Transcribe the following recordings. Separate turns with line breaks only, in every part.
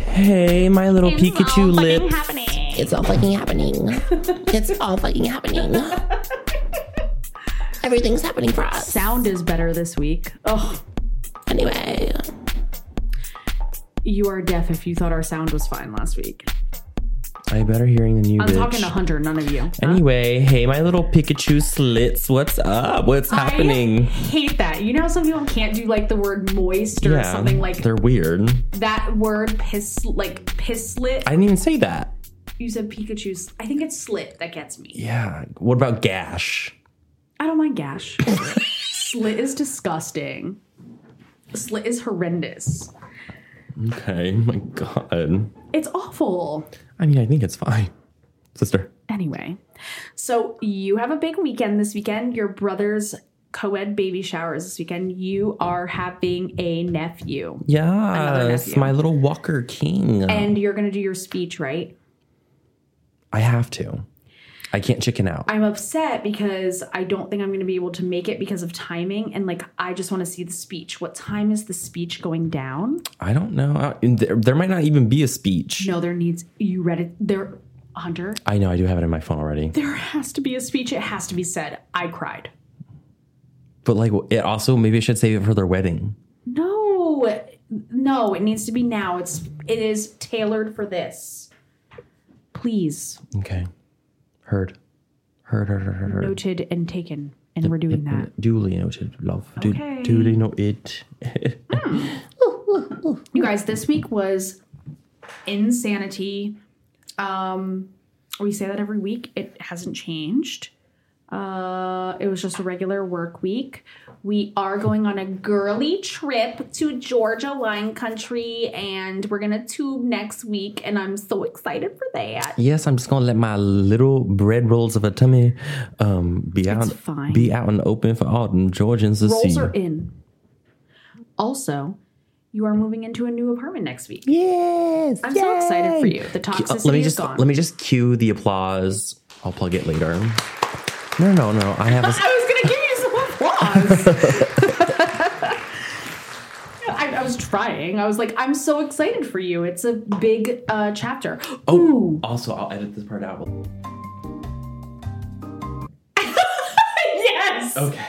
Hey, my little
It's
Pikachu
all fucking
lips.
happening.
It's all fucking happening. it's all fucking happening. Everything's happening for us.
Sound is better this week. Oh,
Anyway,
you are deaf if you thought our sound was fine last week.
I better hearing than you,
I'm
bitch.
talking to Hunter, none of you. Huh?
Anyway, hey, my little Pikachu slits. What's up? What's happening?
I hate that. You know, how some people can't do like the word moist or something like
they're weird.
that word piss, like piss slit.
I didn't even say that.
you said Pikachu's. I think it's slit that gets me.
Yeah. What about gash?
I don't mind gash. slit is disgusting. Slit is horrendous.
Okay. My God.
It's awful.
I mean, I think it's fine, sister.
Anyway, so you have a big weekend this weekend. Your brother's co ed baby showers this weekend. You are having a nephew.
Yes,
nephew.
my little Walker King.
And you're going to do your speech, right?
I have to. I can't chicken out.
I'm upset because I don't think I'm going to be able to make it because of timing. And like, I just want to see the speech. What time is the speech going down?
I don't know. I- and there, there might not even be a speech.
No, there needs, you read it. There, Hunter,
I know. I do have it in my phone already.
there has to be a speech. It has to be said. I cried.
But like, it also maybe I should save it for their wedding.
No, no, it needs to be now. It's it is tailored for this. Please,
Okay. Heard. Heard. Heard. Heard. Heard. heard.
noted and taken, and we're doing that.
Duly noted, love. Du-
Okay.
Duly noted.
You guys, this week was insanity. Um, we say that every week. It hasn't changed. Uh, it was just a regular work week. We are going on a girly trip to Georgia wine country, and we're gonna tube next week. And I'm so excited for that.
yes, I'm just gonna let my little bread rolls of a tummy um, be out,
fine.
be out and open for all them Georgians to
Rolls
see.
are in. Also, you are moving into a new apartment next week.
yes,
I'm so excited for
yay.
you. The
Cu- uh,
toxicity
let me
is
just
gone.
let me just cue the applause. I'll plug it later. No, no, no. I have. A, s-
I was gonna give you some applause. I, I was trying. I was like, I'm so excited for you. It's a big uh, chapter.
oh, also, I'll edit this part out.
yes.
Okay,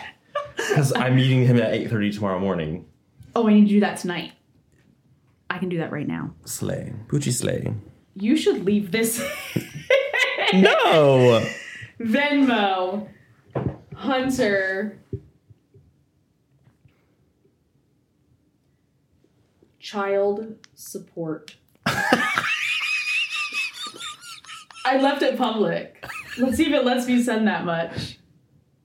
because I'm meeting him at 8:30 tomorrow morning.
Oh, I need to do that tonight. I can do that right now.
Slay, Poochie slay.
You should leave this
No.
Venmo Hunter Child support. I left it public. Let's see if it lets me send that much.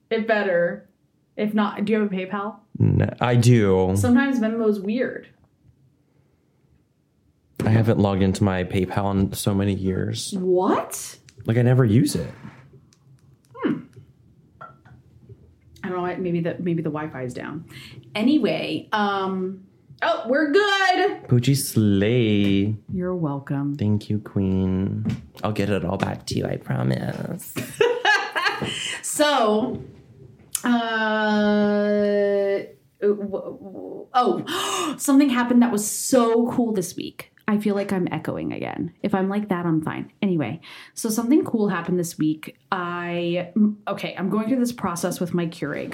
It better. If not, do you have a PayPal?
No, I do.
Sometimes Venmo's weird.
I haven't logged into my PayPal in so many years.
What?
Like I never use it.
I don't know. why- Maybe the maybe the Wi-Fi is down. Anyway, um, oh, we're good.
Poochie slay.
You're welcome.
Thank you, Queen. I'll get it all back to you, I promise.
So, uh, oh, something happened that was so cool this week. I feel like I'm echoing again. If I'm like that, I'm fine. Anyway, so something cool happened this week. I, mm, okay, I'm going through this process with my Keurig.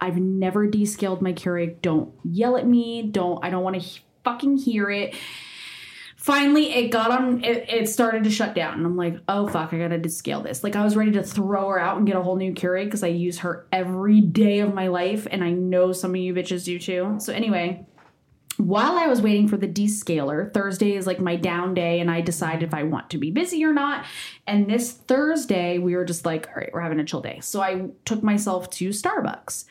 I've never descaled my Keurig. Don't yell at me. Don't, I don't want to he- fucking hear it finally it got on it, it started to shut down and i'm like oh fuck i gotta descale this like i was ready to throw her out and get a whole new keurig because i use her every day of my life and i know some of you bitches do too so anyway while i was waiting for the descaler thursday is like my down day and i decide if i want to be busy or not and this thursday we were just like all right we're having a chill day so i took myself to starbucks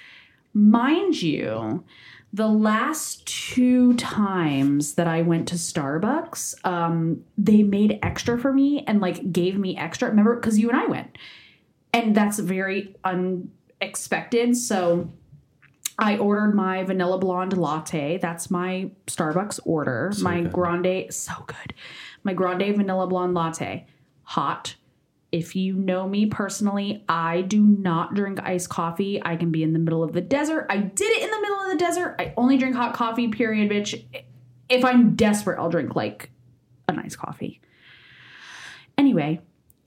mind you the last two times that I went to Starbucks, um, they made extra for me and like gave me extra. Remember, because you and I went, and that's very unexpected. So I ordered my vanilla blonde latte. That's my Starbucks order. my grande, so good. My grande vanilla blonde latte, hot. If you know me personally, I do not drink iced coffee. I can be in the middle of the desert. I did it in the middle of the desert. I only drink hot coffee, period, bitch. If I'm desperate, I'll drink like a nice coffee. Anyway,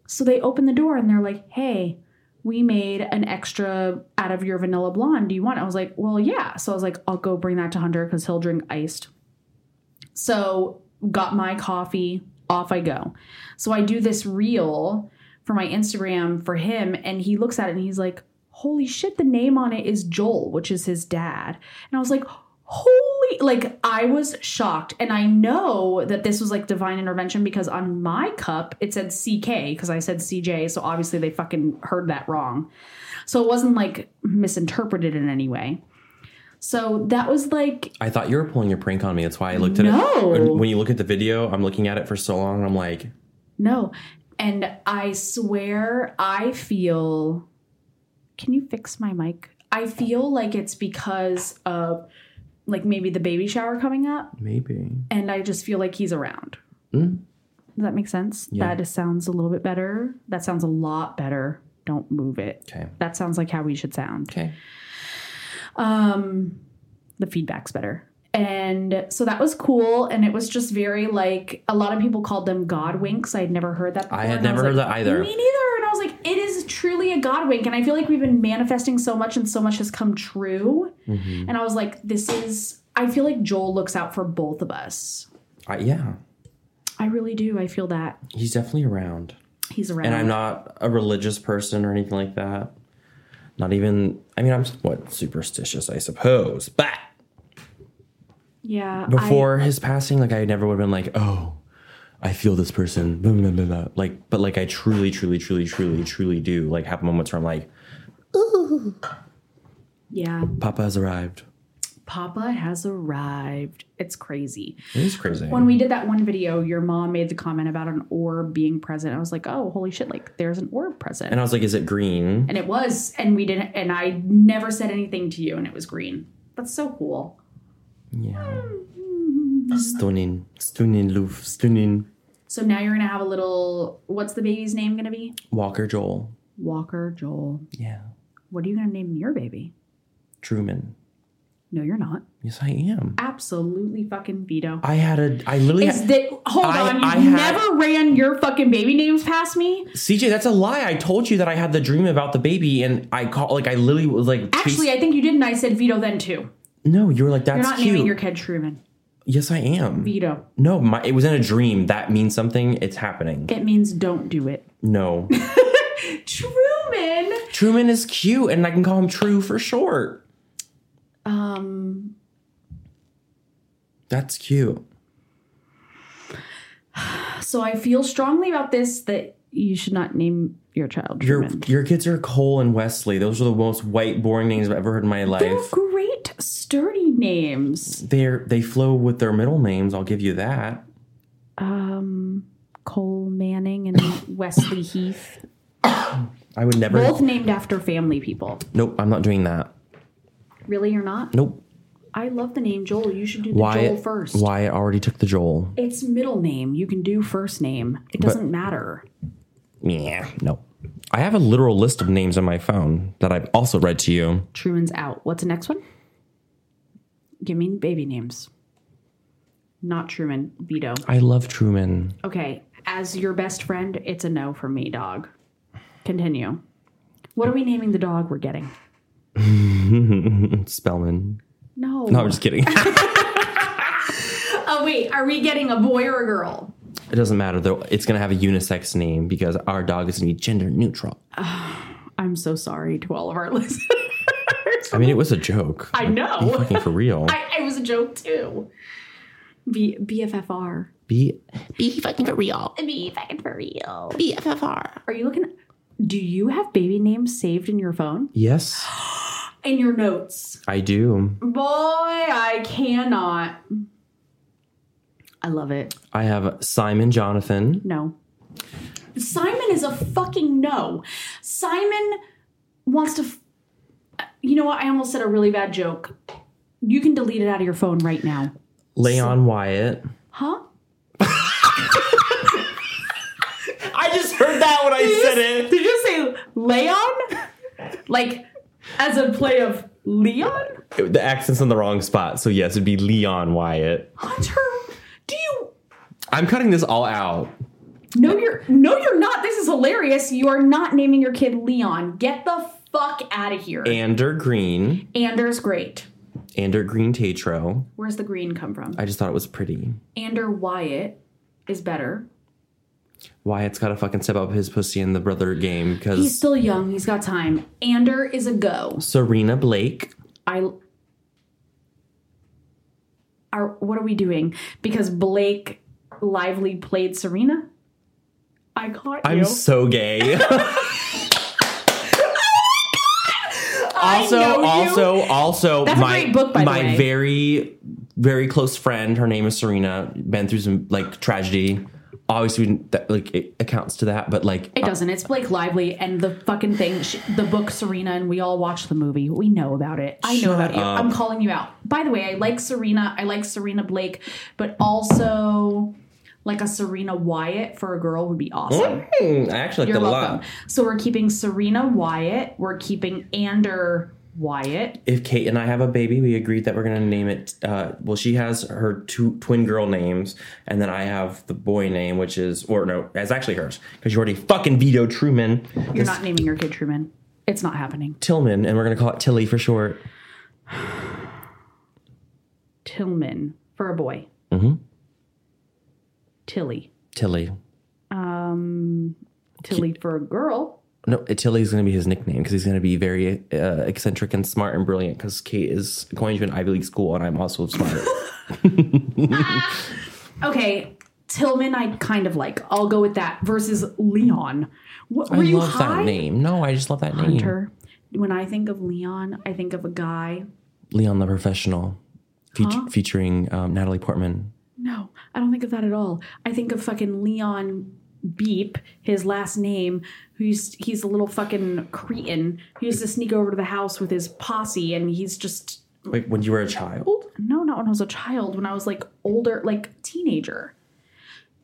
so they open the door and they're like, hey, we made an extra out of your vanilla blonde. Do you want it? I was like, well, yeah. So I was like, I'll go bring that to Hunter because he'll drink iced. So got my coffee, off I go. So I do this reel for my Instagram for him, and he looks at it and he's like, Holy shit, the name on it is Joel, which is his dad. And I was like, Holy, like, I was shocked. And I know that this was like divine intervention because on my cup it said CK because I said CJ. So obviously they fucking heard that wrong. So it wasn't like misinterpreted in any way. So that was like,
I thought you were pulling your prank on me. That's why I looked at
No.
it. When, when you look at the video, I'm looking at it for so long. And I'm like,
No. And I swear I feel Can you fix my mic? I feel like it's because of like maybe the baby shower coming up
maybe.
and I just feel like he's around.
Mm.
Does that make sense?
Yeah.
That just sounds a little bit better. That sounds a lot better. Don't move it.
Okay.
That sounds like how we should sound
Okay.
um the feedback's better and so that was cool and it was just very like a lot of people called them god winks i had never heard that before
I had
and was
never heard
like,
that either.
me neither and i was like it is truly a god wink and i feel like we've been manifesting so much and so much has come true
Mhm.
and i was like this is i feel like joel looks out for both of us
I, yeah.
i really do i feel that
He's definitely around.
he's around
And I'm not a religious person or anything like that. Not even, I mean, I'm what superstitious, I suppose. But
yeah I-
before his passing, like I never would have been like, oh, I feel this person. blah, blah, blah, blah. Like, but like I truly, truly, truly, truly, truly do like have moments where I'm like,
yeah
Papa has arrived.
papa has arrived it's crazy
It is crazy.
when we did that one video, your mom made the comment about an orb being present. I was like, oh, holy shit, like there's an orb present.
and
And,
I was like, is it green?
it was, and we didn't, and I never said anything to you, and it was green. That's so cool.
Yeah. Stunning. Stunning, Loof. Stunning.
So now you're gonna have a little, what's the baby's name gonna be?
Walker Joel.
Walker Joel.
Yeah.
What are you gonna name your baby?
Truman.
No, you're not.
Yes, I am.
Absolutely fucking veto.
I had a, I literally
Is
had,
that, hold
I-
on, you
I had-
never ran your fucking baby names past me?
CJ, that's a lie. I told you that I had the dream about the baby, and I call like I literally was like,
Actually,
chase-
I think you did, and I said veto then too.
no, you were like,
You're
that's
not
cute.
naming your kid Truman.
yes, I am.
Veto.
no, my, it was in a dream. That means something. It's happening.
It means don't do it.
No,
Truman.
Truman is cute, and I can call him True for short.
Um,
That's cute.
so I feel strongly about this that you should not name your child
Your
Truman.
your kids are Cole and Wesley. Those are the most white, boring names I've ever heard in my
They're
life.
great, sturdy names.
They're they flow with their middle names. I'll give you that.
Um, Cole Manning and Wesley Heath,
I would never.
both named after family people.
Nope, I'm not doing that.
Really, you're not?
Nope.
I love the name Joel. You should do the
Why?
Joel first.
Why I already took the Joel.
It's middle name. You can do first name. It doesn't matter.
Yeah, no. I have a literal list of names on my phone that I've also read to you.
Truman's out. What's the next one? Give me baby names. Not Truman, Vito.
I love Truman.
Okay, as your best friend, it's a no for me, dog. Continue. What are we naming the dog we're getting?
Spellman.
No.
No, I'm just kidding. it
Oh wait, are we getting a boy or a girl?
doesn't matter though. It's gonna have a unisex name because our dog is gonna be gender neutral.
I'm so sorry to all of our listeners.
I mean, it was a joke.
I know.
Fucking for real.
I, I was a joke too. B- BFFR.
Be
Be fucking for real.
Be fucking for real.
BFFR.
Are you looking? Do you have baby names saved in your phone?
yes,
In your notes?
I do.
Boy, I cannot. I love it.
I have Simon Jonathan.
No. Simon is a fucking no. Simon wants to. F- you know what? I almost said a really bad joke. You can delete it out of your phone right now.
Leon Wyatt.
Huh?
I just heard that when I said
Did you say Leon? like, as a play of Leon?
The accent's in the wrong spot, so yes, it'd be Leon Wyatt.
Hunter, do you.
I'm cutting this all out.
No, you're no, you're not. This is hilarious. You are not naming your kid Leon. Get the fuck out of here.
Ander Green,
Anders Great.
Ander Green Tatro.
Where's the green come from?
I just thought it was pretty.
Ander Wyatt is better.
Wyatt's got to fucking step up his pussy in the brother game
He's
because
still young. He's got time. Ander is a go.
Serena Blake.
I. Are what are we doing? Because Blake Lively played Serena. I caught
I'm
you.
so gay. also,
know you.
also, also,
That's a
my
great book, by the
my
way.
very, very close friend. Her name is Serena. Been through some like tragedy. Obviously, we- that like it accounts to that, but like
It doesn't. It's Blake Lively and the fucking thing, sh the book Serena, and we all watched the movie. We know about it. I know about you. I'm calling you out. By the way, I like Serena. I like Serena Blake, but also like a Serena Wyatt for a girl would be awesome.
mm, I actually liked
You're
it a
welcome.
lot.
So we're keeping Serena Wyatt. We're keeping Ander Wyatt.
If Kate and I have a baby, we agreed that we're gonna name it. Uh, well, she has her two twin girl names, and then I have the boy name, which is or no, it's actually hers because you already fucking vetoed Truman.
You're not naming your kid Truman. It's not happening.
Tillman, and we're gonna call it Tilly for short.
Tillman for a boy. Mm-hmm. Tilly.
Tilly.
Tilly for a girl.
No, Tilly's going to be his nickname because he's going to be very uh, eccentric and smart and brilliant because Kate is going to an Ivy League school and I'm also smart.
Okay, Tillman, I kind of like. I'll go with that versus Leon. What, were
I
you
love
high?
that name. No, I just love that name.
Hunter. When I think of Leon, I think of a guy.
Leon the Professional feat- featuring um, Natalie Portman.
No, I don't think of that at all. I think of fucking Leon Beep, his last name. Who's he's a little fucking cretin who used to sneak over to the house with his posse, and he's just
Like when you were a child?
no, not when I was a child. When I was like older, like teenager.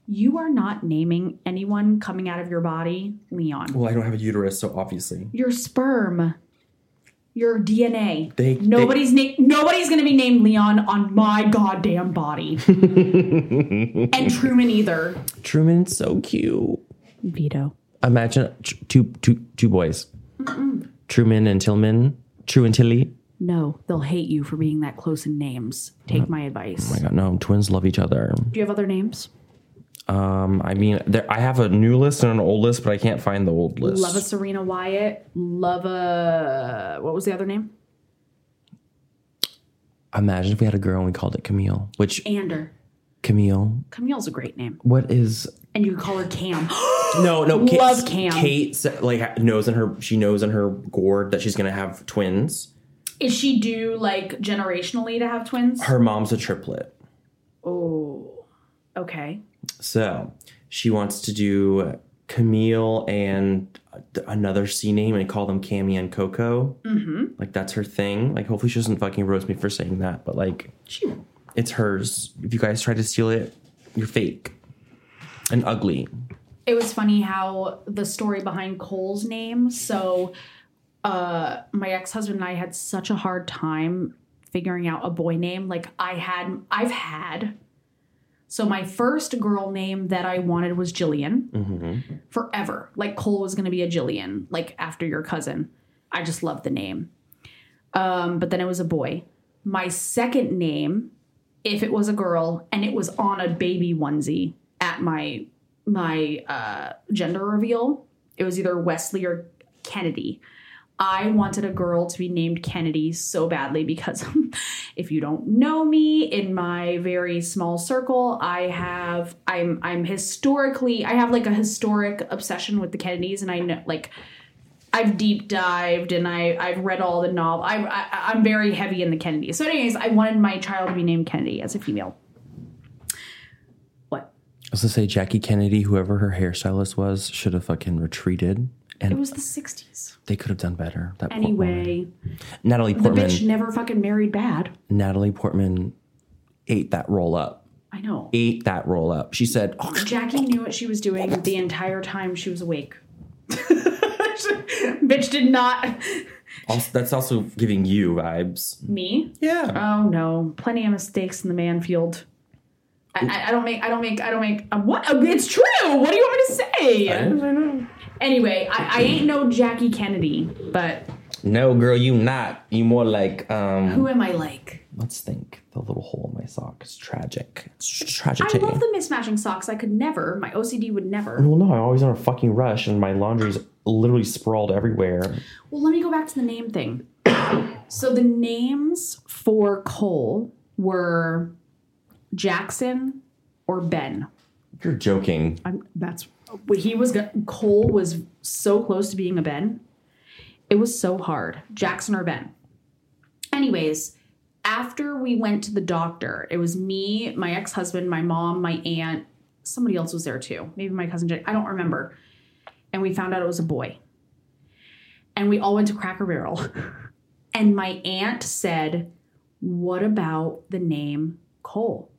You are not naming anyone coming out of your body Leon.
Well, I don't have a uterus, so obviously.
your sperm, your DNA.
They- they-
nobody's na- nobody's gonna be named Leon on my goddamn body, and Truman either.
Truman's so cute.
Veto.
Imagine tr- two, two, two boys Truman and Tillman. True and Tilly.
No, they'll hate you for being that close in names. Take my advice.
I got no, twins love each other.
Do you have other names?
Um, I mean, there, I have a new list and an old list, but I can't find the old list.
Love a Serena Wyatt. Love a what was the other name?
Imagine if we had a girl and we called it Camille. Which
Ander.
Camille?
Camille's a great name,
What is?
and you could call her Cam.
No, no.
Love Cam.
Kate sa- like ha- knows in her she knows in her gourd that she's gonna have twins.
Is she due like generationally to have twins?
Her mom's a triplet,
Oh, okay.
so she wants to do Camille and uh, another C name and call them Cammy and Coco. Mm-hmm. Like that's her thing. Like hopefully she doesn't fucking roast me for saying that, but like
She
it's hers. If you guys try to steal it, you're fake and ugly.
it was funny how the story behind Cole's name. So, uh, my ex husband and I had such a hard time figuring out a boy name. Like I had, I've had. So my first girl name that I wanted was Jillian forever. Like Cole was going to be a Jillian, like after your cousin. I just loved the name. Um, but then it was a boy. My second name, if it was a girl, and it was on a baby onesie at my my uh, gender reveal. It was either Wesley or Kennedy. I wanted a girl to be named Kennedy so badly because if you don't know me in my very small circle, I have I'm I'm historically I have like a historic obsession with the Kennedys and I know like I've deep dived and I I've read all the novel. I, I I'm very heavy in the Kennedys. So anyways, I wanted my child to be named Kennedy as a female. What?
I was gonna say Jackie Kennedy, whoever her hairstylist was, should have fucking retreated,
It
and
was the 60s.
they could have done better. That poor woman.
Anyway,
Natalie
the
Portman.
bitch never fucking married bad.
Natalie Portman ate that roll up.
I know.
Ate that roll up. She said, "Oh,
Jackie knew what she was doing the entire time she was awake. bitch did not.
also, that's also giving you vibes."
Me?
Yeah.
Oh no. Plenty of mistakes in the man field. I- I, I don't make. I don't make. I don't make. Um, what? Um, It's true. What do you want me to say? Anyway, I, I ain't no Jackie Kennedy, but
No, girl, you not. You more like um.
who am I like?
Let's think. The little hole in my sock is tragic. It's tr- tragic.
I
to
love
you.
the mismatching socks. I could never. My OCD would never.
Well, no, I'm always on a fucking rush, and my laundry's literally sprawled everywhere.
Well, let me go back to the name thing. so the names for Cole were Jackson or Ben.
You're joking.
I'm, that's what he was. go- Cole was so close to being a Ben. It was so hard. Jackson or Ben. Anyways, after we went to the doctor, it was me, my ex husband, my mom, my aunt, somebody else was there too. Maybe my cousin Jake. I don't remember. And we found out it was a boy. And we all went to Cracker Barrel. and my aunt said, What about the name Cole?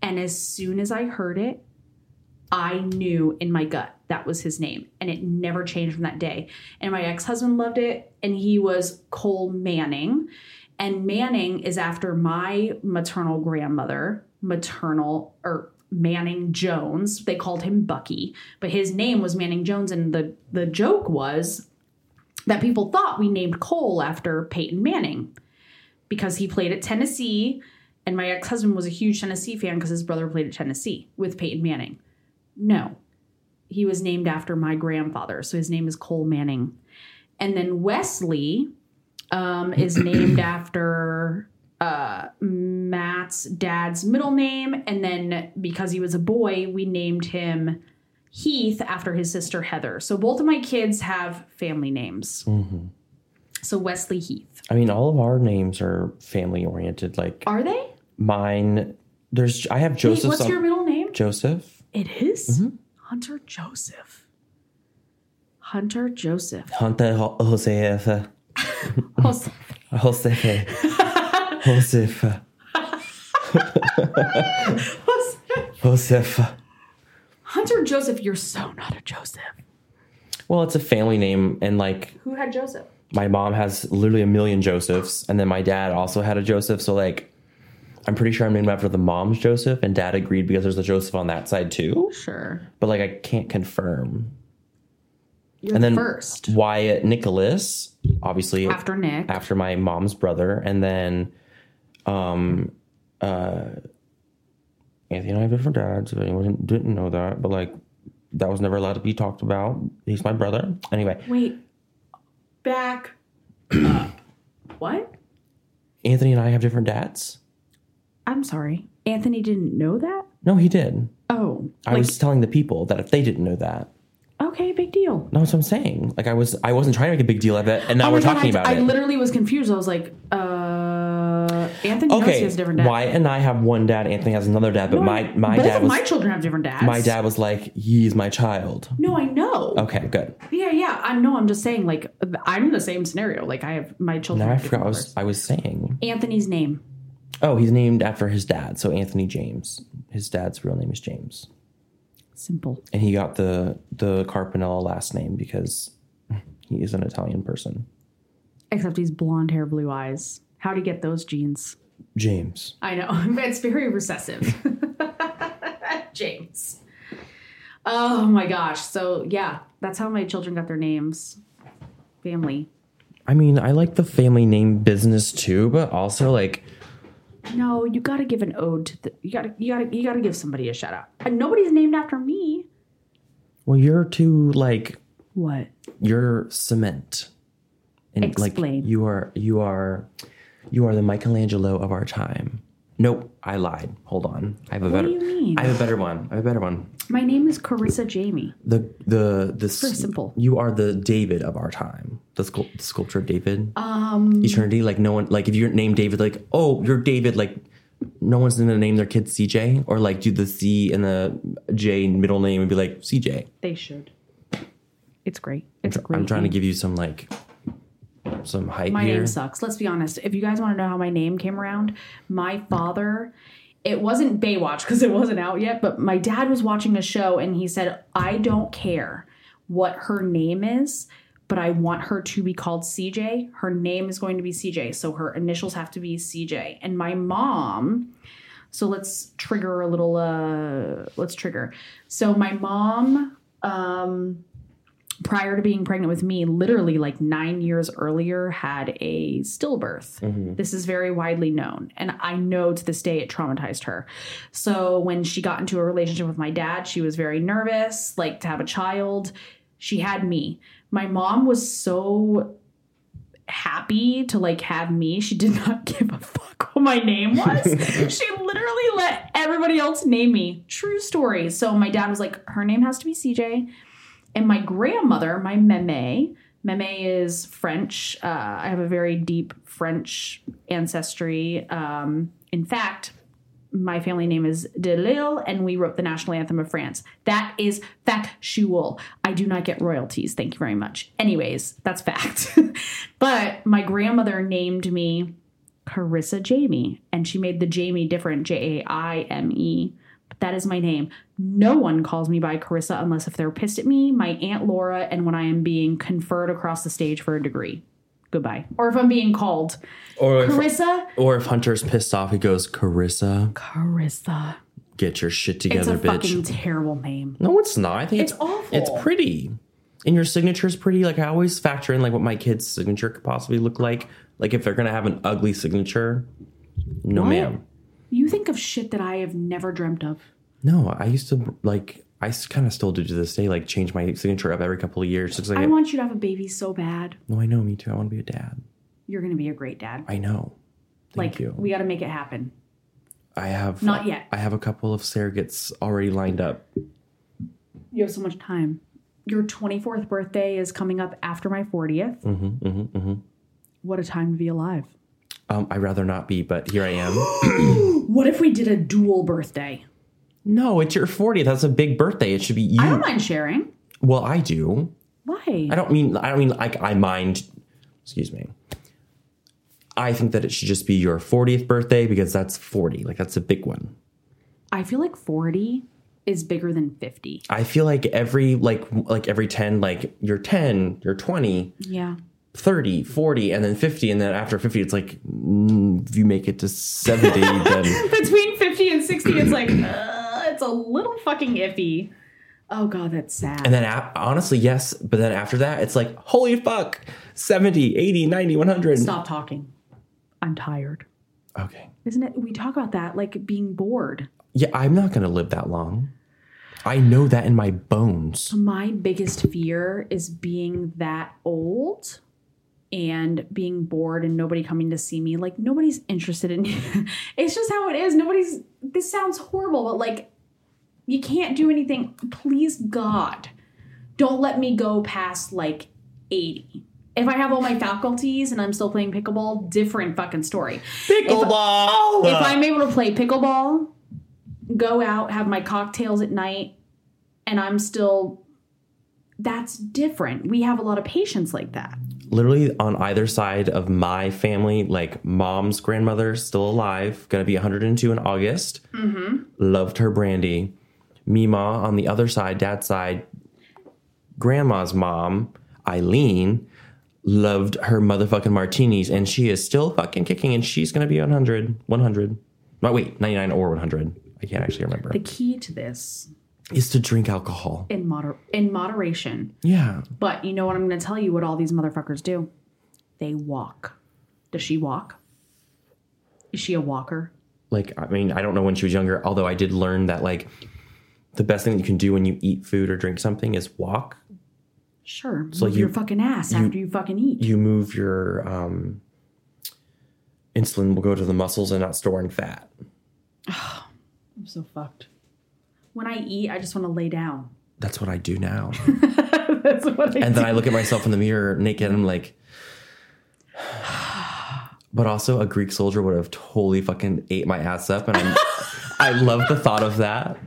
And as soon as I heard it, I knew in my gut that was his name, and it never changed from that day. And my ex husband loved it, and he was Cole Manning. And Manning is after my maternal grandmother, maternal or Manning Jones. They called him Bucky, but his name was Manning Jones, and the the joke was that people thought we named Cole after Peyton Manning because he played at Tennessee, and my ex husband was a huge Tennessee fan because his brother played at Tennessee with Peyton Manning. No. He was named after my grandfather. So his name is Cole Manning. And then Wesley um, is named after uh, Matt's dad's middle name. And then because he was a boy, we named him Heath after his sister Heather. So both of my kids have family names. So Wesley Heath.
I mean, all of our names are family oriented. Like
Are they?
mine, there's I have
Wait,
Joseph.
what's
some-
your middle name?
Joseph?
It is Hunter Joseph. Hunter Joseph.
Hunter Ho- Joseph.
Jose-
Joseph. Joseph.
Jose-
Joseph.
Hunter Joseph, you're so not a Joseph.
Well, it's a family name, and like
Who had Joseph?
my mom has literally a million Josephs, and then my dad also had a Joseph. So like, I'm pretty sure I'm named after the mom's Joseph, and dad agreed because there's a Joseph on that side too.
Sure.
But like, I can't confirm.
You're
And then
first.
Wyatt Nicholas, obviously
After Nick.
after my mom's brother, and then, um, uh, Anthony and I have different dads. If anyone didn't- didn't know that, but like, that was never allowed to be talked about. He's my brother. Anyway,
Wait. Back. up. What?
Anthony and I have different dads.
I'm sorry. Anthony didn't know that?
No, he did.
Oh.
I was telling the people that if they didn't know that,
Okay, big deal.
no, that's what I'm saying. Like I was, I wasn't trying to make a big deal of it, and now
Oh
we're
my God,
talking
I,
about
I
it.
literally was confused. I was like, uh, Anthony knows he
okay,
has a different dad.
Wyatt and I have one dad. Anthony has another dad, but my my
Both
dad
of
was
my children have different dads.
my dad Oh. was like, he's my child.
No, I know.
Okay, good.
Yeah, yeah. I know. I'm just saying, like, I'm in the same scenario. Like, I have my children.
Now I
have
forgot
different
what I was
births.
I was saying.
Anthony's name.
Oh, he's named after his dad, so Anthony James. His dad's real name is James,
Simple.
and he got the the Carpinella last name because he is an Italian person.
Except he's blonde hair, blue eyes. How'd he get those genes?
James.
I know. It's very recessive. James. Oh my gosh. So, yeah, that's how my children got their names. Family.
I mean, I like the family name business too, but also like.
No, you gotta give an ode to the. You gotta, you gotta, you gotta give somebody a shout out. And nobody's named after me.
Well, you're too like
What?
you're cement, and
Explain.
like you are you are you are the Michelangelo of our time. Nope, I lied. Hold on, I have a
What
better.
do you mean?
I have a better one. I have a better one.
my name is Carissa Jamie.
The the the
Very simple.
You are the David of our time. The, scul- the sculpture David. Um, eternity. Like no one. Like if you're named David, like oh you're David. Like no one's gonna name their kid CJ or like do the C and the J middle name and be like CJ.
They should. It's great. It's a great.
I'm trying to
name.
give you some like some hype
My
here.
name sucks. Let's be honest. If you guys want to know how my name came around, my father, it wasn't Baywatch because it wasn't out yet, but my dad was watching a show and he said, I don't care what her name is, but I want her to be called CJ. Her name is going to be CJ. So her initials have to be CJ. And my mom So let's trigger a little. Uh, let's trigger. So my mom, um, prior to being pregnant with me, literally like nine years earlier, had a stillbirth.
Mhm.
This is very widely known, and I know to this day it traumatized her. So when she got into a relationship with my dad, she was very nervous, like to have a child. She had me. My mom was so happy to like have me. She did not give a fuck what my name was. she literally let everybody else name me. True story. So my dad was like, her name has to be CJ. And my grandmother, my meme, meme is French. Uh, I have a very deep French ancestry. Um, in fact, my family name is De Lille, and we wrote the national anthem of France. That is factual. I do not get royalties. Thank you very much. Anyways, that's fact. but my grandmother named me Carissa Jamie, and she made the Jamie different J A I M E. But that is my name. No one calls me by Carissa unless if they're pissed at me, my Aunt Laura, and when I am being conferred across the stage for a degree. Goodbye. Or if I'm being called
Or if,
Carissa.
or if Hunter's pissed off, he goes, Carissa,
Carissa.
get your shit
It's a
together, bitch.
fucking terrible name.
No, it's not. I think
It's
it's,
awful.
It's pretty. And your signature's pretty. Like I always factor in like what my kid's signature could possibly look like. Like if they're gonna have an ugly signature. No
What?
ma'am.
You think of shit that I have never dreamt of.
No, I used to like I kind of still do to this day, like change my signature up every couple of years. It's like
I want you to have a baby so bad.
No, I know, me too. I want to be a dad.
You're going to be a great dad.
I know. Thank
like,
you.
we got to make it happen.
I have
Not yet.
I have a couple of surrogates already lined up.
You have so much time. Your 24th birthday is coming up after my 40th.
hmm hmm hmm
What a time to be alive.
Um, I'd rather not be, but here I am.
What if we did a dual birthday?
no, it's your 40th. That's a big birthday. It should be you.
I don't mind sharing.
well, I do.
Hmm. Why?
I don't mean I don't mean like I mind excuse me. I think that it should just be your 40th birthday because that's 40. Like that's a big one.
I feel like 40 is bigger than 50.
I feel like every like like every 10 like you're 10, you're 20,
Yeah.
30, 40 and then 50 and then after 50 it's like mm, if you make it to 70 then
Between 50 and 60, it's like, uh, it's a little fucking iffy. Oh, God, that's sad.
and then a- honestly yes, but then after that it's like holy fuck 70, 80, 90, 100.
Stop talking. I'm tired.
Okay.
Isn't it? We talk about that like being bored.
Yeah, I'm not going to live that long. I know that in my bones.
My biggest fear is being that old and being bored and nobody coming to see me. Like nobody's interested in It's just how it is. Nobody's this sounds horrible, but like you can't do anything. Please God, don't let me go past like 80. If I have all my faculties and I'm still playing pickleball, different fucking story.
Pickleball.
Oh, if I'm able to play pickleball, go out, have my cocktails at night, and I'm still that's different. We have a lot of patients like that.
literally on either side of my family, like mom's grandmother still alive, gonna be 102 in August. Loved her brandy. Mima on the other side, dad's side, grandma's mom, Eileen, loved her motherfucking martinis, and she is still fucking kicking, and she's gonna be 100, 100. No, wait, 99 or 100. I can't actually remember.
The key to this
Is to drink alcohol.
in moder in moderation.
Yeah.
But you know what I'm going to tell you what all these motherfuckers do? They walk. Does she walk? Is she a walker?
like I mean, I don't know when she was younger, although I did learn that like the best thing that you can do when you eat food or drink something is walk.
Sure.
So
move
you-
your fucking ass after you fucking eat.
You move your um insulin will go to the muscles and not storing fat.
I'm so fucked. When I eat, I just want to lay down.
That's what I do now.
That's what I
and then I look at myself in the mirror naked and I'm like But also a Greek soldier would have totally fucking ate my ass up and I'm I love the thought of that.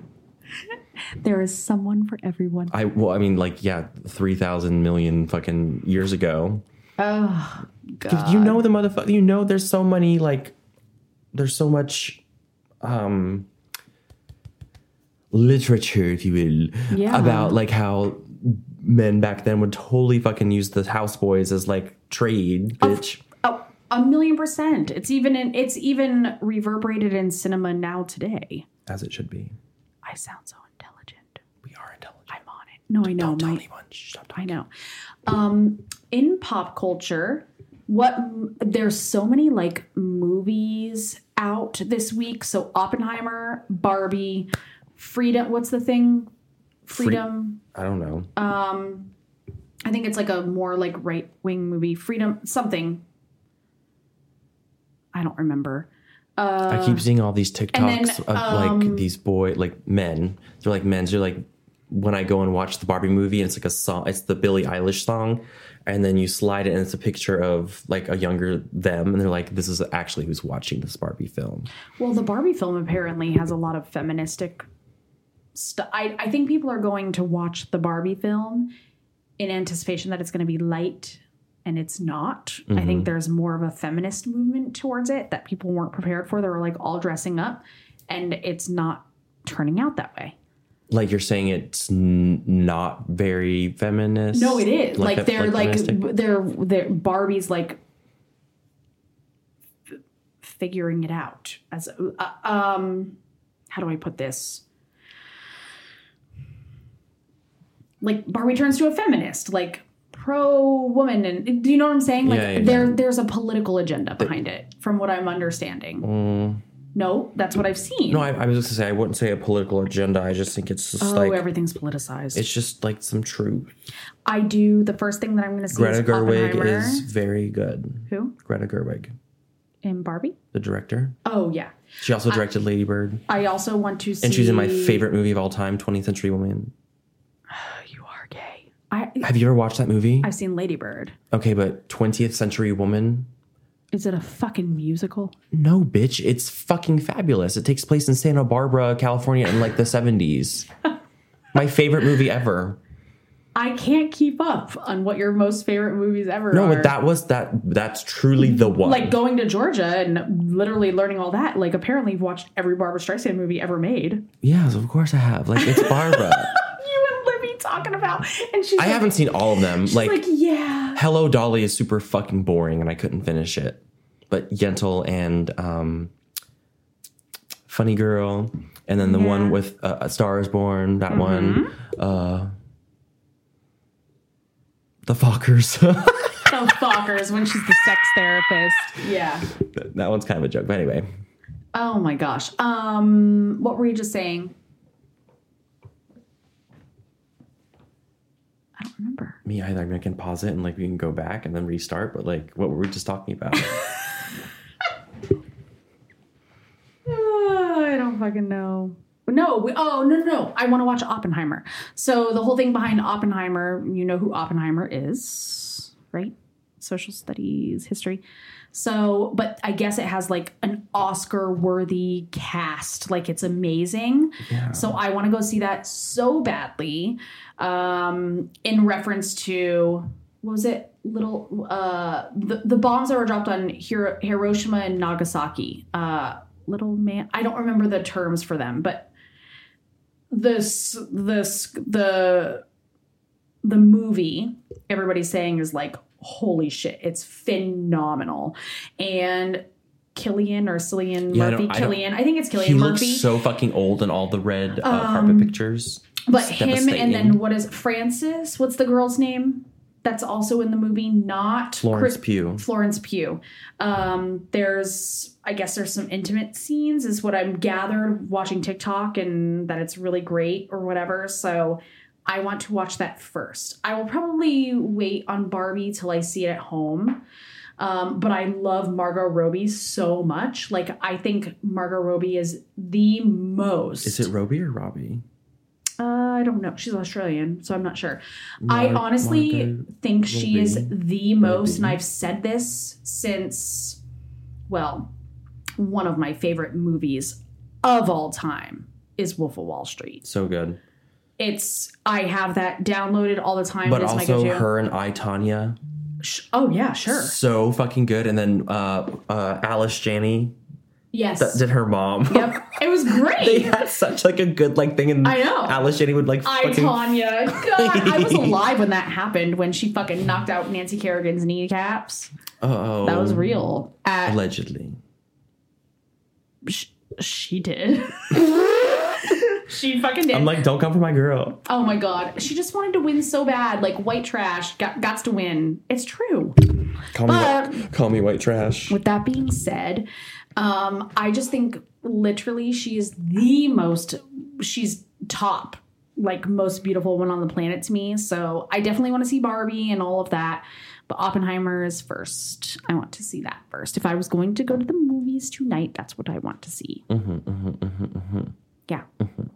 There is someone for everyone.
I well, I mean, like, yeah, three thousand million fucking years ago.
Oh, God.
'Cause you know the motherfucker. You know there's so many like, there's so much, um, literature, if you will,
Yeah.
about like how men back then would totally fucking use the houseboys as like trade, bitch.
Oh, a million percent. It's even in, it's even reverberated in cinema now today.
as it should be.
I sound so intelligent.
We are intelligent.
I'm on it. No, I know.
Don't tell
my-
anyone. Shh, stop
I
talking.
know. Um, in pop culture, what there's so many like movies out this week. So Oppenheimer, Barbie, Freedom. What's the thing?
Free-
Freedom.
I don't know.
um, I think it's like a more like right wing movie. Freedom. Something. I don't remember. Uh,
I keep seeing all these TikToks
then, um,
of like these boy, like men. They're like men. They're like when I go and watch the Barbie movie, and it's like a song. It's the Billie Eilish song, and then you slide it, and it's a picture of like a younger them, and they're like, "This is actually who's watching this Barbie film."
Well, the Barbie film apparently has a lot of feministic stuff. I, I think people are going to watch the Barbie film in anticipation that it's going to be light, and it's not. I think there's more of a feminist movement towards it that people weren't prepared for. They were like all dressing up, and it's not turning out that way.
Like you're saying, it's n- not very feminist.
No, it is. Like,
that-
they're like,
feministic?
they're they're Barbie's like f- figuring it out as uh, um how do I put this? Like Barbie turns to a feminist, like pro woman and do you know what I'm saying? Like
Yeah, yeah,
there
yeah.
there's a political agenda behind it from what I'm understanding. No, that's what I've seen.
Mm. no. I, I was just gonna say I wouldn't say a political agenda. I just think it's just
oh,
like
everything's politicized.
it's just like some truth.
I do the first thing that I'm going to see
Greta
is
Gerwig
Oppenheimer.
is very good.
who
Greta Gerwig,
in Barbie?
the director.
Oh yeah.
She also directed Lady Bird.
I also want to see.
And she's in my favorite movie of all time, 20th Century Woman.
You are gay. I
Have you ever watched that movie?
I've seen Ladybird.
Okay, but 20th Century Woman?
Is it a fucking musical?
No, bitch. It's fucking fabulous. It takes place in Santa Barbara, California in like the 70s. My favorite movie ever.
I can't keep up on what your most favorite movies ever
No,
are.
but that was that that's truly the one.
like going to Georgia and literally learning all that. Like apparently you've watched every Barbara Streisand movie ever made.
yes, of course I have. Like it's Barbara.
You and Libby talking about, and she's
I
like,
haven't seen all of them.
she's
Like,
like, yeah,
Hello Dolly is super fucking boring and I couldn't finish it. But Yentl and um, Funny Girl, and then the one with uh, A Star is Born,
Mm-hmm.
that one. Uh, the Fockers.
the fuckers when she's the sex therapist. Yeah.
that one's kind of a joke, but anyway.
Oh my gosh. Um, what were you just saying? I don't remember.
Me either. I mean, I can pause it and like we can go back and then restart, but like what were we just talking about?
Uh, I don't fucking know. No, we, oh no, no, no. I want to watch Oppenheimer. So the whole thing behind Oppenheimer, you know who Oppenheimer is, right? Social studies, history. So, but I guess it has like an Oscar-worthy cast. Like it's amazing.
Yeah.
So I want to go see that so badly. Um, in reference to what was it? Little uh, the the bombs that were dropped on Hiro- Hiroshima and Nagasaki. Uh, little man, I don't remember the terms for them, but this this the the movie everybody's saying is like holy shit it's phenomenal and Killian or Cillian
Yeah, I
Murphy
don't- I don't-
Killian I think it's Killian
he
Murphy
looks so fucking old in all the red uh, carpet pictures.
Um, but
It's
him and
devastating.
then what is Francis? What's the girl's name? That's also in the movie. Not
Florence
Chris-
Pugh.
Florence Pugh. Um, there's, I guess, there's some intimate scenes, is what I'm gathered watching TikTok, and that it's really great or whatever. So I want to watch that first. I will probably wait on Barbie till I see it at home. Um, but I love Margot Robbie so much. Like I think Margot Robbie is the most.
Is it Roby or Robbie?
Uh, I don't know. She's Australian, so I'm not sure. I honestly
Margot
think she is
Robbie.
the most, and I've said this since, well, one of my favorite movies of all time is Wolf of Wall Street.
So good.
It's I have that downloaded all the time.
but
It is my
also
go-to.
her and I Tanya
Sh- Oh yeah, sure.
so fucking good and then uh uh Alice Janney
Yes.
that did her mom.
yep. It was great.
they had such like a good like thing, and
I know.
Alice Janney would like
I,
fucking
Tanya. God, I was alive when that happened when she fucking knocked out Nancy Kerrigan's kneecaps.
oh
That was real. At,
allegedly.
sh- she did. she fucking did.
I'm like, don't come for my girl.
oh my god. She just wanted to win so bad. Like, white trash got, gots to win. It's true.
Call
But-
me white, call me white trash.
With that being said, um, I just think literally she is the most, she's top, like most beautiful one on the planet to me. So I definitely want to see Barbie and all of that. But Oppenheimer is first. I want to see that first. If I was going to go to the movies tonight, that's what I want to see.
Mm-hmm,
Yeah. Mhm,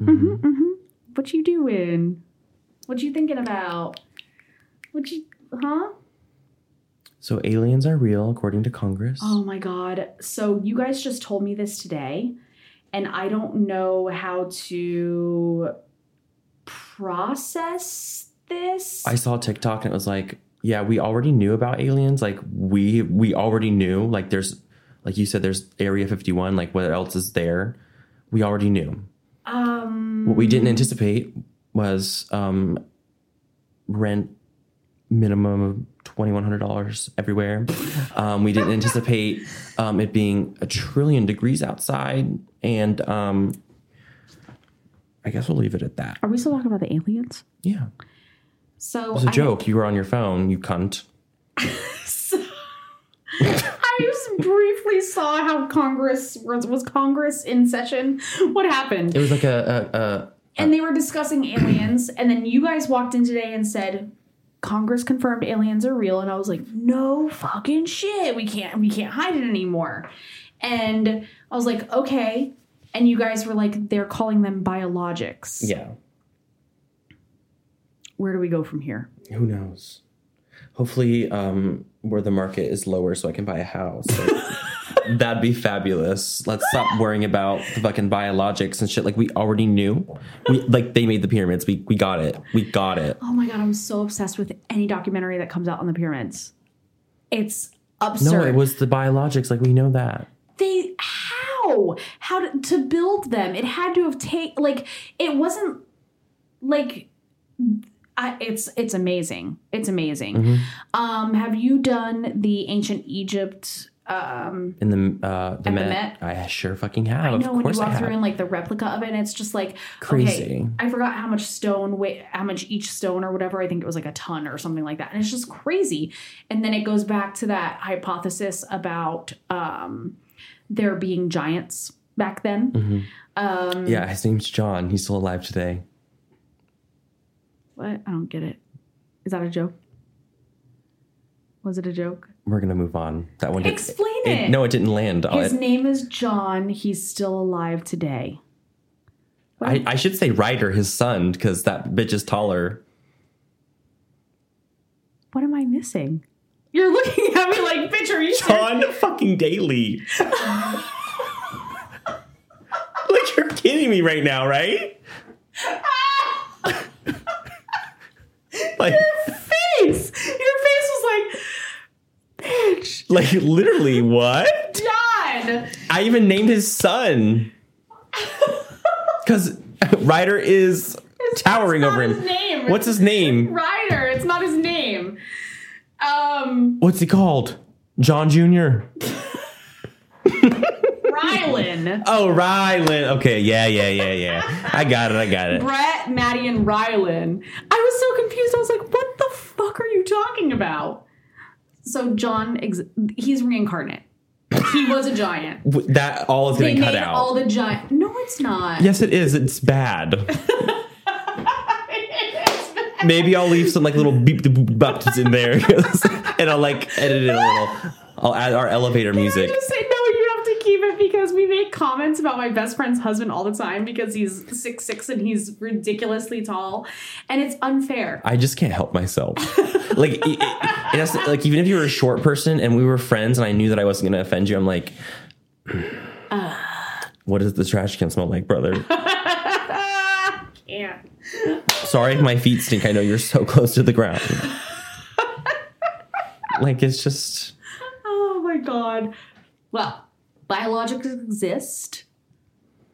Mm-hmm.
mhm. What you doing? What you thinking about? What you, huh?
So aliens are real according to Congress.
Oh my god. So you guys just told me this today and I don't know how to process this.
I saw TikTok and it was like, yeah, we already knew about aliens. Like we we already knew. Like there's like you said, there's Area 51. Like what else is there? We already knew.
um
What we didn't anticipate was um rent minimum of twenty one hundred dollars everywhere. um, we didn't anticipate um, it being a trillion degrees outside, and um, I guess we'll leave it at that.
are we still talking about the aliens?
Yeah,
So
it was a
I-
joke. You were on your phone, you cunt.
I just briefly saw how Congress was, was Congress in session. What happened?
It was like a, a, a
and they were discussing aliens and then you guys walked in today and said congress confirmed aliens are real and i was like no fucking shit we can't we can't hide it anymore and i was like okay and you guys were like they're calling them biologics
yeah.
where do we go from here
Who knows? Hopefully, um, where the market is lower, so I can buy a house. That'd be fabulous. Let's stop worrying about the fucking biologics and shit. Like we already knew. We like they made the pyramids. We we got it. We got it.
oh my god i'm so obsessed with any documentary that comes out on the pyramids it's
No,
absurd
it was the biologics. Like we know that.
they how how to, to build them it had to have taken like it wasn't like I, it's it's amazing it's amazing um have you done the ancient egypt um
In the uh, the,
the
Met,
Met?
I sure fucking have.
I know
of
when
course
you
I
walk
have.
through and like the replica of it, and it's just like Okay,
Crazy.
I forgot how much stone, weight, how much each stone or whatever. I think it was like a ton or something like that, and it's just crazy. And then it goes back to that hypothesis about um, there being giants back then. Um,
Mm-hmm. yeah, his name's John. He's still alive today.
What? I don't get it. Is that a joke? Was it a joke?
We're gonna move on. That one. didn't-
Explain it.
No, it didn't land.
His
I,
name is John. He's still alive today.
I, I should say Ryder, his son, because that bitch is taller.
What am I missing? You're looking at me like, bitch, are you sure?
John fucking Daly. like you're kidding me right now, right? like,
face. Your face was like, bitch,
like literally what?
John.
I even named his son. Cause Ryder is towering
It's not
over him.
His name.
What's his name?
Ryder? It's not his name. Um,
What's he called? John Jr.
Rylan.
Oh, Rylan. Okay, yeah, yeah, yeah, yeah. I got it, I got it.
Brett, Maddie, and Rylan. I was so confused. I was like, what the fuck are you talking about? So John, ex- he's reincarnate. He was a giant.
W- That all is
They
getting cut
made
out.
all the giant. No, it's not.
Yes, it is. It's bad. Maybe I'll leave some like little beep de boop bops in there, and I'll like edit it a little. I'll add our elevator
I
music.
just say no. You have to keep it because we make comments about my best friend's husband all the time because he's six six and he's ridiculously tall, and it's unfair.
I just can't help myself. Like, it, it, it has to- like even if you were a short person and we were friends, and I knew that I wasn't going to offend you, I'm like, what does the trash can smell like, brother?
Yeah.
Sorry if my feet stink. I know you're so close to the ground. Like it's just
Oh my god. Well, Biologics exist.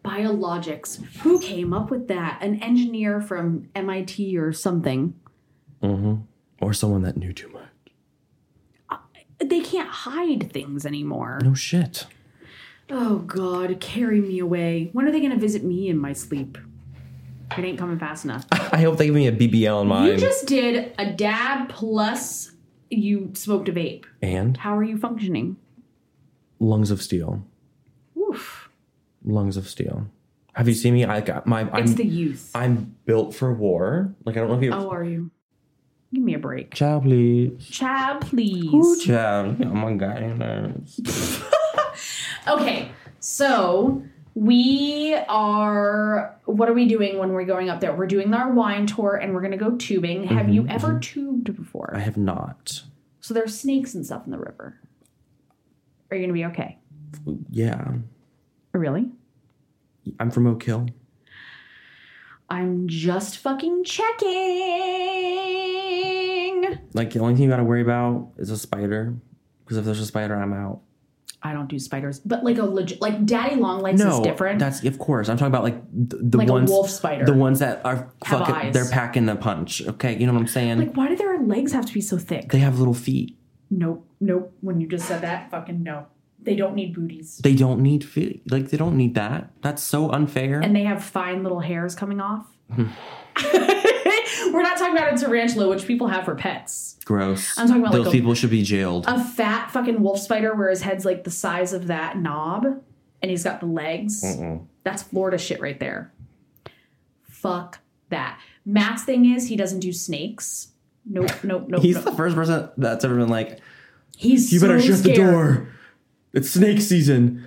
Biologics. Who came up with that? An engineer from MIT or something.
Or someone that knew too much.
They can't hide things anymore.
No shit.
Oh God, carry me away. When are they gonna visit me in my sleep? It ain't coming fast enough.
I hope they give me a BBL in
You
mine.
just did a dab plus you smoked a vape.
and
How are you functioning?
lungs of steel.
Oof.
Lungs of steel. Have you seen me? I got my.
It's
I'm,
the Oh, youth.
I'm built for war. Like I don't know if you.
How are you? Give me a break.
Child, please.
Chad, please.
Child. Oh my god.
Okay, so we are. What are we doing when we're going up there? We're doing our wine tour and we're gonna go tubing. Have you ever tubed
Mm-hmm. I
before?
have not.
So there's snakes and stuff in the river. Are you gonna be okay?
Yeah.
Really?
I'm from Oak Hill.
I'm just fucking checking.
Like the only thing you gotta worry about is a spider. Because if there's a spider, I'm out.
I don't do spiders, but like a legit, like daddy long legs is different.
That's of course. I'm talking about like the, the
like
ones,
a wolf spider.
the ones that are
Have
fucking.
eyes.
They're packing a punch. Okay, you know what I'm saying?
like, why do their legs have to be so thick?
they have little feet.
nope, nope. When you just said that, fucking no. They don't need booties.
They don't need feet. Like they don't need that. That's so unfair.
And they have fine little hairs coming off.
Hmm.
We're not talking about a tarantula, which people have for pets.
Gross.
I'm talking about,
those
like, a-
people should be jailed.
A fat fucking wolf spider where his head's like the size of that knob and he's got the legs. That's Florida shit right there. Fuck that. Matt's thing is he doesn't do snakes. Nope, nope, nope.
He's
nope.
the first person that's ever been like,
He's
"You
so
better shut
scared.
the door. It's snake season."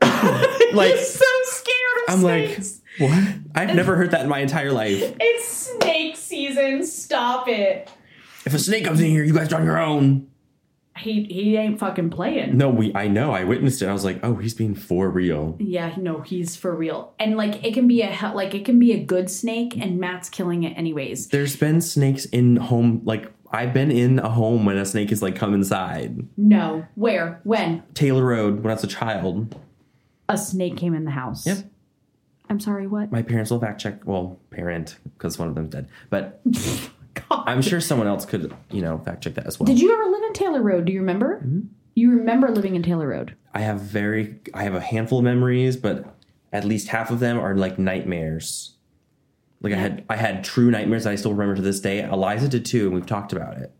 like
He's so scared of
I'm like,
snakes.
what? I've never heard that in my entire life.
it's snake season. Stop it.
If a snake comes in here, you guys are on your own.
He he ain't fucking playing.
No, we. I know. I witnessed it. I was like, oh, he's being for real.
Yeah, no, he's for real. And like it can be a he- like it can be a good snake and Matt's killing it anyways.
There's been snakes in home. Like I've been in a home when a snake is like come inside.
No. Where? When?
Taylor Road when I was a child.
A snake came in the house.
Yep.
I'm sorry, what?
My parents will fact check. Well, parent because one of them's dead, but
God.
I'm sure someone else could, you know, fact check that as well.
Did you ever live in Taylor Road? Do you remember? You remember living in Taylor Road.
I have very, I have a handful of memories, but at least half of them are like nightmares. Like I had, I had true nightmares that I still remember to this day. Eliza did too, and we've talked about it.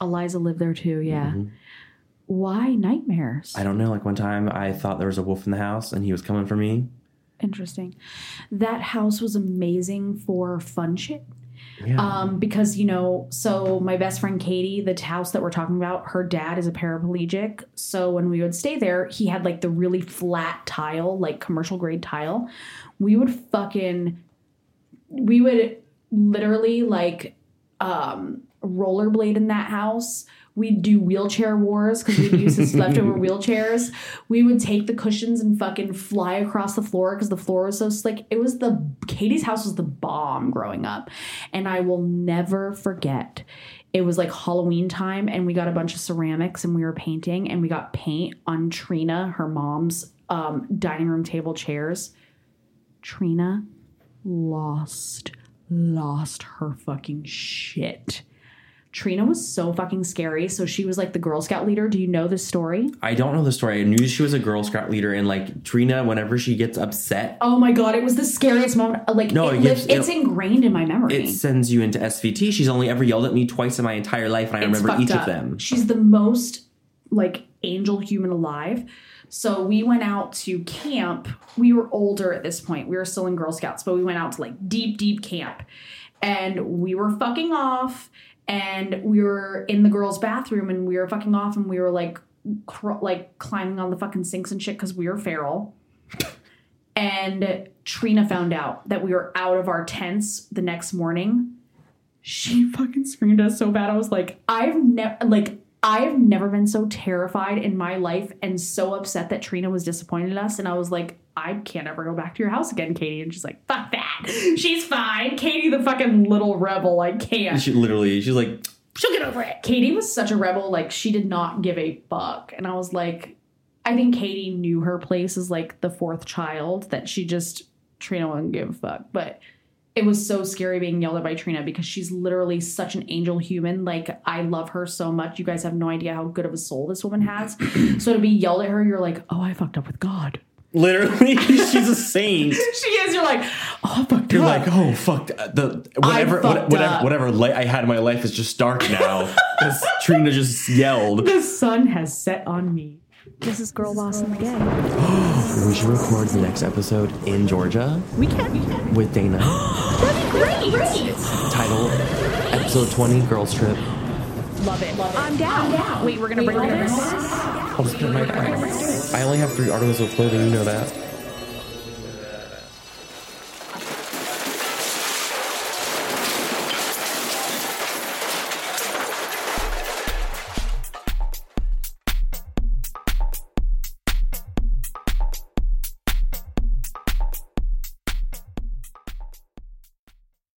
Eliza lived there too, yeah. Why nightmares?
I don't know. Like one time, I thought there was a wolf in the house, and he was coming for me.
Interesting. That house was amazing for fun shit.
Yeah.
Um, because you know, so my best friend Katie, the house that we're talking about, her dad is a paraplegic. So when we would stay there, he had like the really flat tile, like commercial grade tile. We would fucking, we would literally like um, rollerblade in that house. We'd do wheelchair wars because we'd use his leftover wheelchairs. We would take the cushions and fucking fly across the floor because the floor was so slick. It was the Katie's house was the bomb growing up, and I will never forget. It was like Halloween time, and we got a bunch of ceramics and we were painting, and we got paint on Trina, her mom's um, dining room table chairs. Trina lost lost her fucking shit. Trina was so fucking scary. So she was like the Girl Scout leader. Do you know this story?
I don't know the story. I knew she was a Girl Scout leader, and like Trina, whenever she gets upset,
Oh my god, it was the scariest moment. Like
No, it
it li-
gives-
it's
it-
ingrained in my memory.
it sends you into SVT. She's only ever yelled at me twice in my entire life, and I
It's
remember
fucked
each
up.
of them.
She's the most like angel human alive. So we went out to camp. We were older at this point. We were still in Girl Scouts, but we went out to like deep, deep camp. And we were fucking off. And we were in the girls' bathroom and we were fucking off and we were like cr- like climbing on the fucking sinks and shit because we were feral. and Trina found out that we were out of our tents the next morning she fucking screamed us so bad. I was like, I've never like I've never been so terrified in my life and so upset that Trina was disappointed in us. And I was like, I can't ever go back to your house again, Katie. And she's like, fuck that. She's fine. Katie the fucking little rebel. I can't.
She literally, she's like,
She'll get over it. Katie was such a rebel, like she did not give a fuck. And I was like, I think Katie knew her place as like the fourth child that she just Trina wouldn't give a fuck. But it was so scary being yelled at by Trina because she's literally such an angel human. Like I love her so much. You guys have no idea how good of a soul this woman has. so to be yelled at her, you're like, oh, I fucked up with God.
Literally, she's a saint.
She is. You're like, oh, I fucked
You're
up.
like, oh fuck, th- the whatever,
fucked
what, whatever,
up.
whatever light I had in my life is just dark now. 'Cause Trina just yelled.
the sun has set on me.
This is Girl Blossom again.
We should record the next episode in Georgia. We can. With Dana. Title Episode 20 Girls Trip.
I'm down. Wait, we're gonna bring this.
Oh, I'll just put my I only have three articles of clothing, you know that.